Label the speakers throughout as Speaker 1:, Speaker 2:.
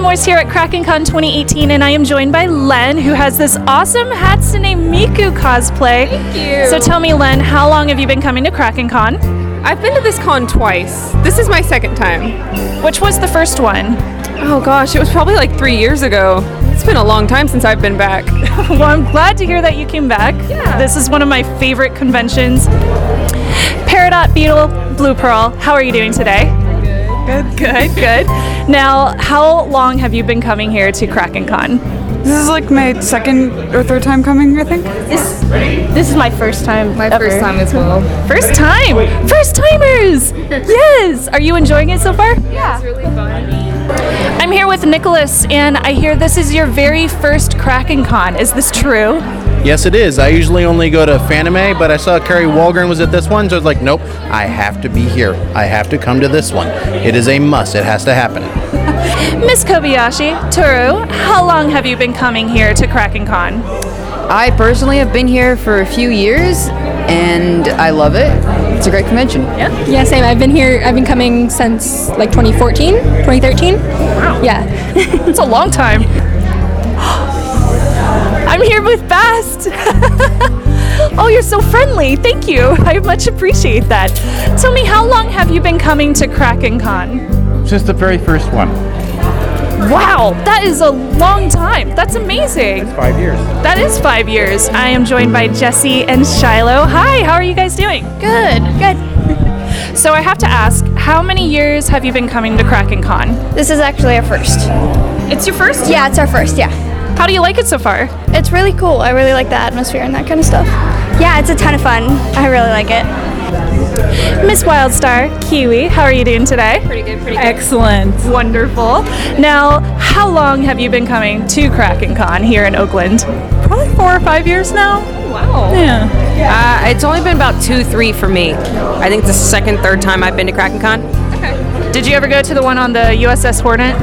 Speaker 1: Morse here at KrakenCon 2018, and I am joined by Len, who has this awesome Hatsune Miku cosplay.
Speaker 2: Thank you.
Speaker 1: So tell me, Len, how long have you been coming to KrakenCon?
Speaker 2: I've been to this con twice. This is my second time.
Speaker 1: Which was the first one?
Speaker 2: Oh gosh, it was probably like three years ago. It's been a long time since I've been back.
Speaker 1: Well, I'm glad to hear that you came back.
Speaker 2: Yeah.
Speaker 1: This is one of my favorite conventions. Peridot Beetle Blue Pearl, how are you doing today? Good. Good, good. Now, how long have you been coming here to KrakenCon?
Speaker 3: This is like my second or third time coming, I think.
Speaker 4: This this is my first time. My
Speaker 2: First time as well.
Speaker 1: First time! First timers! Yes! Are you enjoying it so far?
Speaker 4: Yeah.
Speaker 1: I'm here with Nicholas, and I hear this is your very first KrakenCon. Is this true?
Speaker 5: Yes, it is. I usually only go to Fanime, but I saw Kerry Walgren was at this one, so I was like, nope, I have to be here. I have to come to this one. It is a must. It has to happen.
Speaker 1: Miss Kobayashi, Toru, how long have you been coming here to KrakenCon?
Speaker 6: I personally have been here for a few years and I love it. It's a great convention.
Speaker 4: Yeah, same. I've been here. I've been coming since like 2014, 2013. Wow. Yeah.
Speaker 1: It's a long time. I'm here with Bast. oh, you're so friendly. Thank you. I much appreciate that. Tell me, how long have you been coming to KrakenCon?
Speaker 5: Just the very first one.
Speaker 1: Wow, that is a long time. That's amazing.
Speaker 5: Five years.
Speaker 1: That is five years. I am joined by Jesse and Shiloh. Hi, how are you guys doing? Good, good. So I have to ask, how many years have you been coming to KrakenCon?
Speaker 7: This is actually our first.
Speaker 1: It's your first.
Speaker 7: Yeah, it's our first, yeah.
Speaker 1: How do you like it so far?
Speaker 7: It's really cool. I really like the atmosphere and that kind of stuff. Yeah, it's a ton of fun. I really like it.
Speaker 1: Miss Wildstar, Kiwi, how are you doing today? Pretty good, pretty good. Excellent. Wonderful. Now, how long have you been coming to KrakenCon here in Oakland?
Speaker 3: Probably four or five years now.
Speaker 1: Wow.
Speaker 3: Yeah.
Speaker 8: Uh, it's only been about two, three for me. I think this is the second, third time I've been to KrakenCon.
Speaker 1: Did you ever go to the one on the USS Hornet?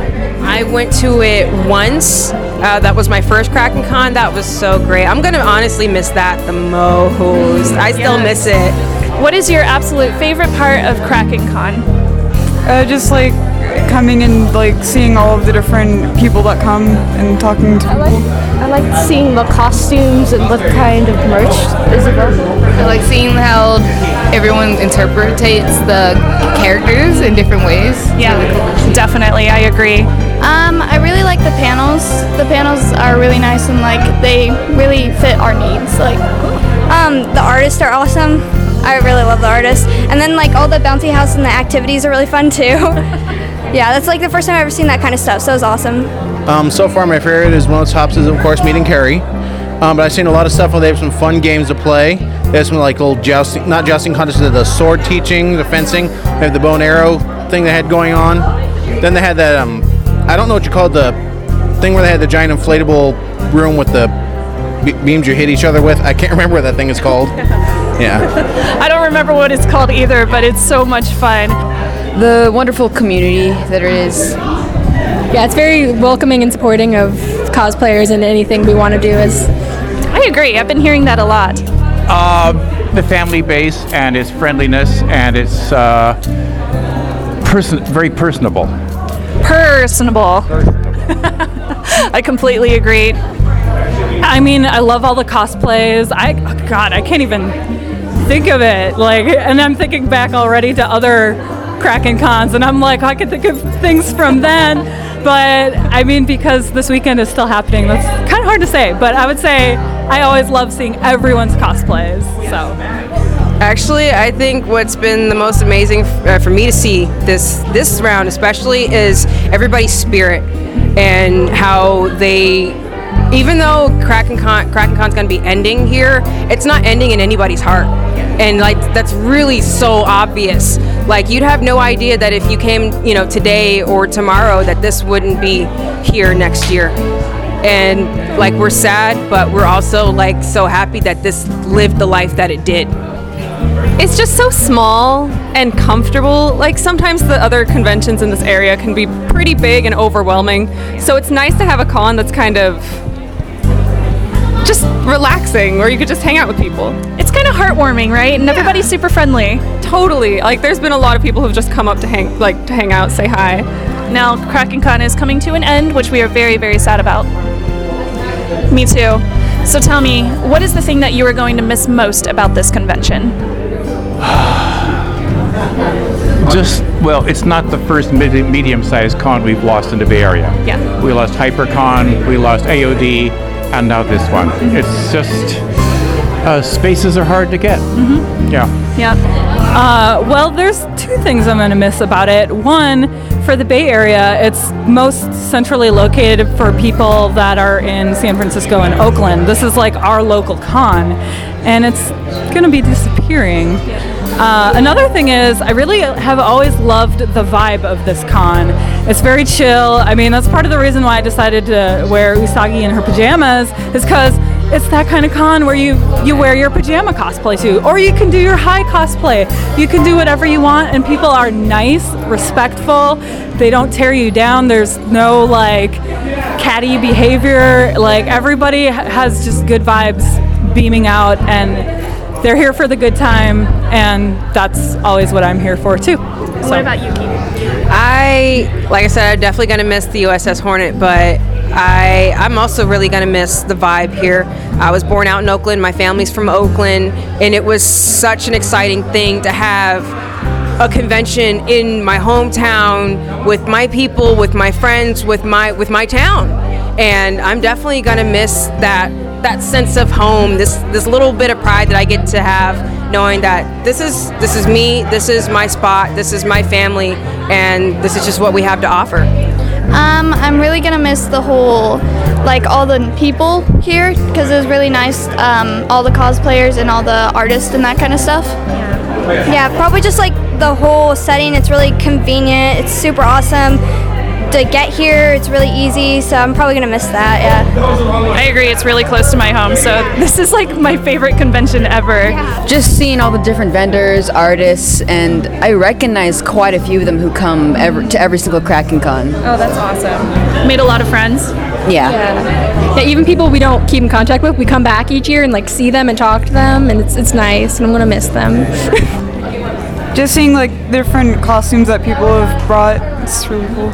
Speaker 8: I went to it once. Uh, that was my first KrakenCon. That was so great. I'm gonna honestly miss that the most. I still miss it.
Speaker 1: What is your absolute favorite part of KrakenCon?
Speaker 3: Uh, just like coming and like seeing all of the different people that come and talking to people.
Speaker 4: I like seeing the costumes and what kind of merch is available.
Speaker 9: I like seeing how everyone interpretates the characters in different ways.
Speaker 1: Yeah, definitely. I agree.
Speaker 7: Um, I really like the panels. The panels are really nice and like they really fit our needs. Like um, the artists are awesome. I really love the artists. And then like all the bouncy house and the activities are really fun too. yeah, that's like the first time I've ever seen that kind of stuff, so it was awesome.
Speaker 5: Um, so far, my favorite is one of tops is, of course, meeting Kerry. Um, but I've seen a lot of stuff where they have some fun games to play. They have some like little jousting, not jousting contests, the sword teaching, the fencing. They have the bow and arrow thing they had going on. Then they had that um, I don't know what you called the thing where they had the giant inflatable room with the be- beams you hit each other with. I can't remember what that thing is called. yeah.
Speaker 1: I don't remember what it's called either, but it's so much fun.
Speaker 6: The wonderful community that it is.
Speaker 4: Yeah, it's very welcoming and supporting of cosplayers and anything we want to do as
Speaker 1: I agree. I've been hearing that a lot.
Speaker 10: Um, the family base and its friendliness and its uh, person, very personable.
Speaker 1: personable. I completely agree. I mean, I love all the cosplays. I oh God, I can't even think of it. Like, and I'm thinking back already to other Kraken cons, and I'm like, I could think of things from then. But I mean, because this weekend is still happening, that's kind of hard to say. But I would say I always love seeing everyone's cosplays. So
Speaker 8: Actually, I think what's been the most amazing uh, for me to see this this round, especially, is everybody's spirit and how they. Even though KrakenCon KrakenCon's gonna be ending here, it's not ending in anybody's heart, and like that's really so obvious. Like you'd have no idea that if you came, you know, today or tomorrow, that this wouldn't be here next year and like we're sad but we're also like so happy that this lived the life that it did
Speaker 2: It's just so small and comfortable. Like sometimes the other conventions in this area can be pretty big and overwhelming. So it's nice to have a con that's kind of just relaxing where you could just hang out with people.
Speaker 1: it's kind of heartwarming, right? And everybody's super friendly.
Speaker 2: Totally. Like there's been a lot of people who've just come up to hang like to hang out, say hi.
Speaker 11: Now, KrakenCon is coming to an end, which we are very, very sad about. Me too. So tell me, what is the thing that you are going to miss most about this convention?
Speaker 10: Just, well, it's not the first medi- medium sized con we've lost in the Bay Area.
Speaker 11: Yeah.
Speaker 10: We lost HyperCon, we lost AOD, and now this one. It's just, uh, spaces are hard to get. Mm-hmm. Yeah.
Speaker 1: Yeah. Uh, well, there's two things I'm going to miss about it. One, for the Bay Area, it's most centrally located for people that are in San Francisco and Oakland. This is like our local con, and it's going to be disappearing. Uh, another thing is, I really have always loved the vibe of this con. It's very chill. I mean, that's part of the reason why I decided to wear Usagi in her pajamas, is because it's that kind of con where you you wear your pajama cosplay too or you can do your high cosplay you can do whatever you want and people are nice respectful they don't tear you down there's no like catty behavior like everybody ha- has just good vibes beaming out and they're here for the good time and that's always what i'm here for too
Speaker 11: What about you,
Speaker 8: I, like I said, I'm definitely gonna miss the USS Hornet, but I, I'm also really gonna miss the vibe here. I was born out in Oakland. My family's from Oakland, and it was such an exciting thing to have a convention in my hometown with my people, with my friends, with my with my town. And I'm definitely gonna miss that that sense of home, this this little bit of pride that I get to have, knowing that this is this is me, this is my spot, this is my family, and this is just what we have to offer.
Speaker 7: Um, I'm really gonna miss the whole, like all the people here, because it was really nice. Um, all the cosplayers and all the artists and that kind of stuff. Yeah. probably just like the whole setting. It's really convenient. It's super awesome to get here. It's really easy. So I'm probably gonna miss that. Yeah.
Speaker 11: I agree, it's really close to my home, so this is like my favorite convention ever.
Speaker 6: Just seeing all the different vendors, artists, and I recognize quite a few of them who come ever, to every single Kraken Con.
Speaker 11: Oh, that's awesome. Made a lot of friends.
Speaker 6: Yeah.
Speaker 4: Yeah. even people we don't keep in contact with, we come back each year and like see them and talk to them, and it's, it's nice, and I'm gonna miss them.
Speaker 3: Just seeing like different costumes that people have brought. It's really cool.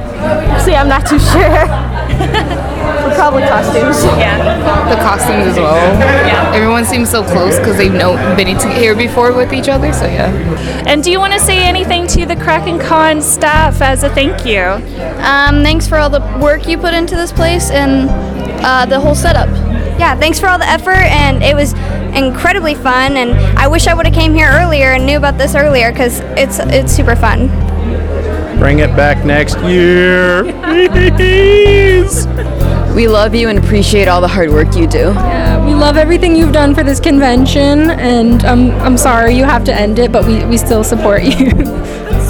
Speaker 12: See, I'm not too sure. Probably costumes.
Speaker 9: Yeah. The costumes as well. Yeah. Everyone seems so close because they've no, been to- here before with each other, so yeah.
Speaker 11: And do you want to say anything to the Kraken Con staff as a thank you?
Speaker 7: Um, thanks for all the work you put into this place and uh, the whole setup. Yeah, thanks for all the effort, and it was incredibly fun. And I wish I would have came here earlier and knew about this earlier because it's it's super fun.
Speaker 5: Bring it back next year.
Speaker 6: We love you and appreciate all the hard work you do.
Speaker 4: Yeah, we love everything you've done for this convention, and um, I'm sorry you have to end it, but we, we still support you.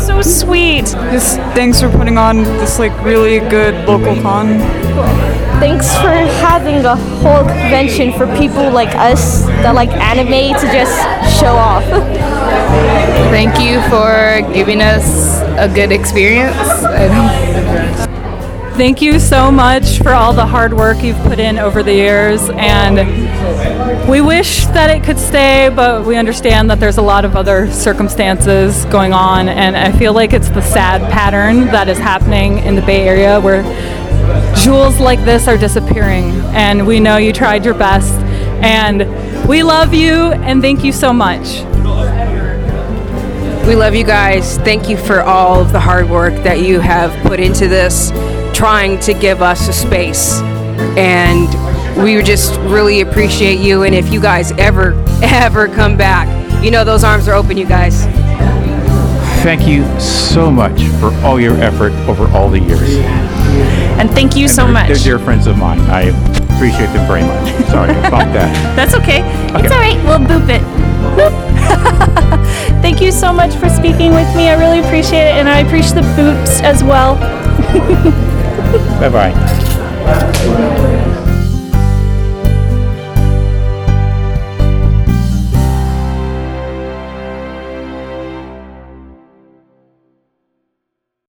Speaker 11: So sweet.
Speaker 3: Just thanks for putting on this like really good local con.
Speaker 12: Thanks for having a whole convention for people like us that like anime to just show off.
Speaker 9: Thank you for giving us a good experience. I don't-
Speaker 1: Thank you so much for all the hard work you've put in over the years. And we wish that it could stay, but we understand that there's a lot of other circumstances going on. And I feel like it's the sad pattern that is happening in the Bay Area where jewels like this are disappearing. And we know you tried your best. And we love you and thank you so much.
Speaker 8: We love you guys. Thank you for all of the hard work that you have put into this, trying to give us a space. And we just really appreciate you. And if you guys ever, ever come back, you know those arms are open, you guys.
Speaker 10: Thank you so much for all your effort over all the years.
Speaker 11: And thank you so much.
Speaker 10: They're dear friends of mine. I appreciate them very much. Sorry about that.
Speaker 11: That's okay.
Speaker 10: Okay.
Speaker 11: It's all right. We'll boop it. Boop. Thank you so much for speaking with me. I really appreciate it, and I appreciate the boops as well.
Speaker 10: Bye bye.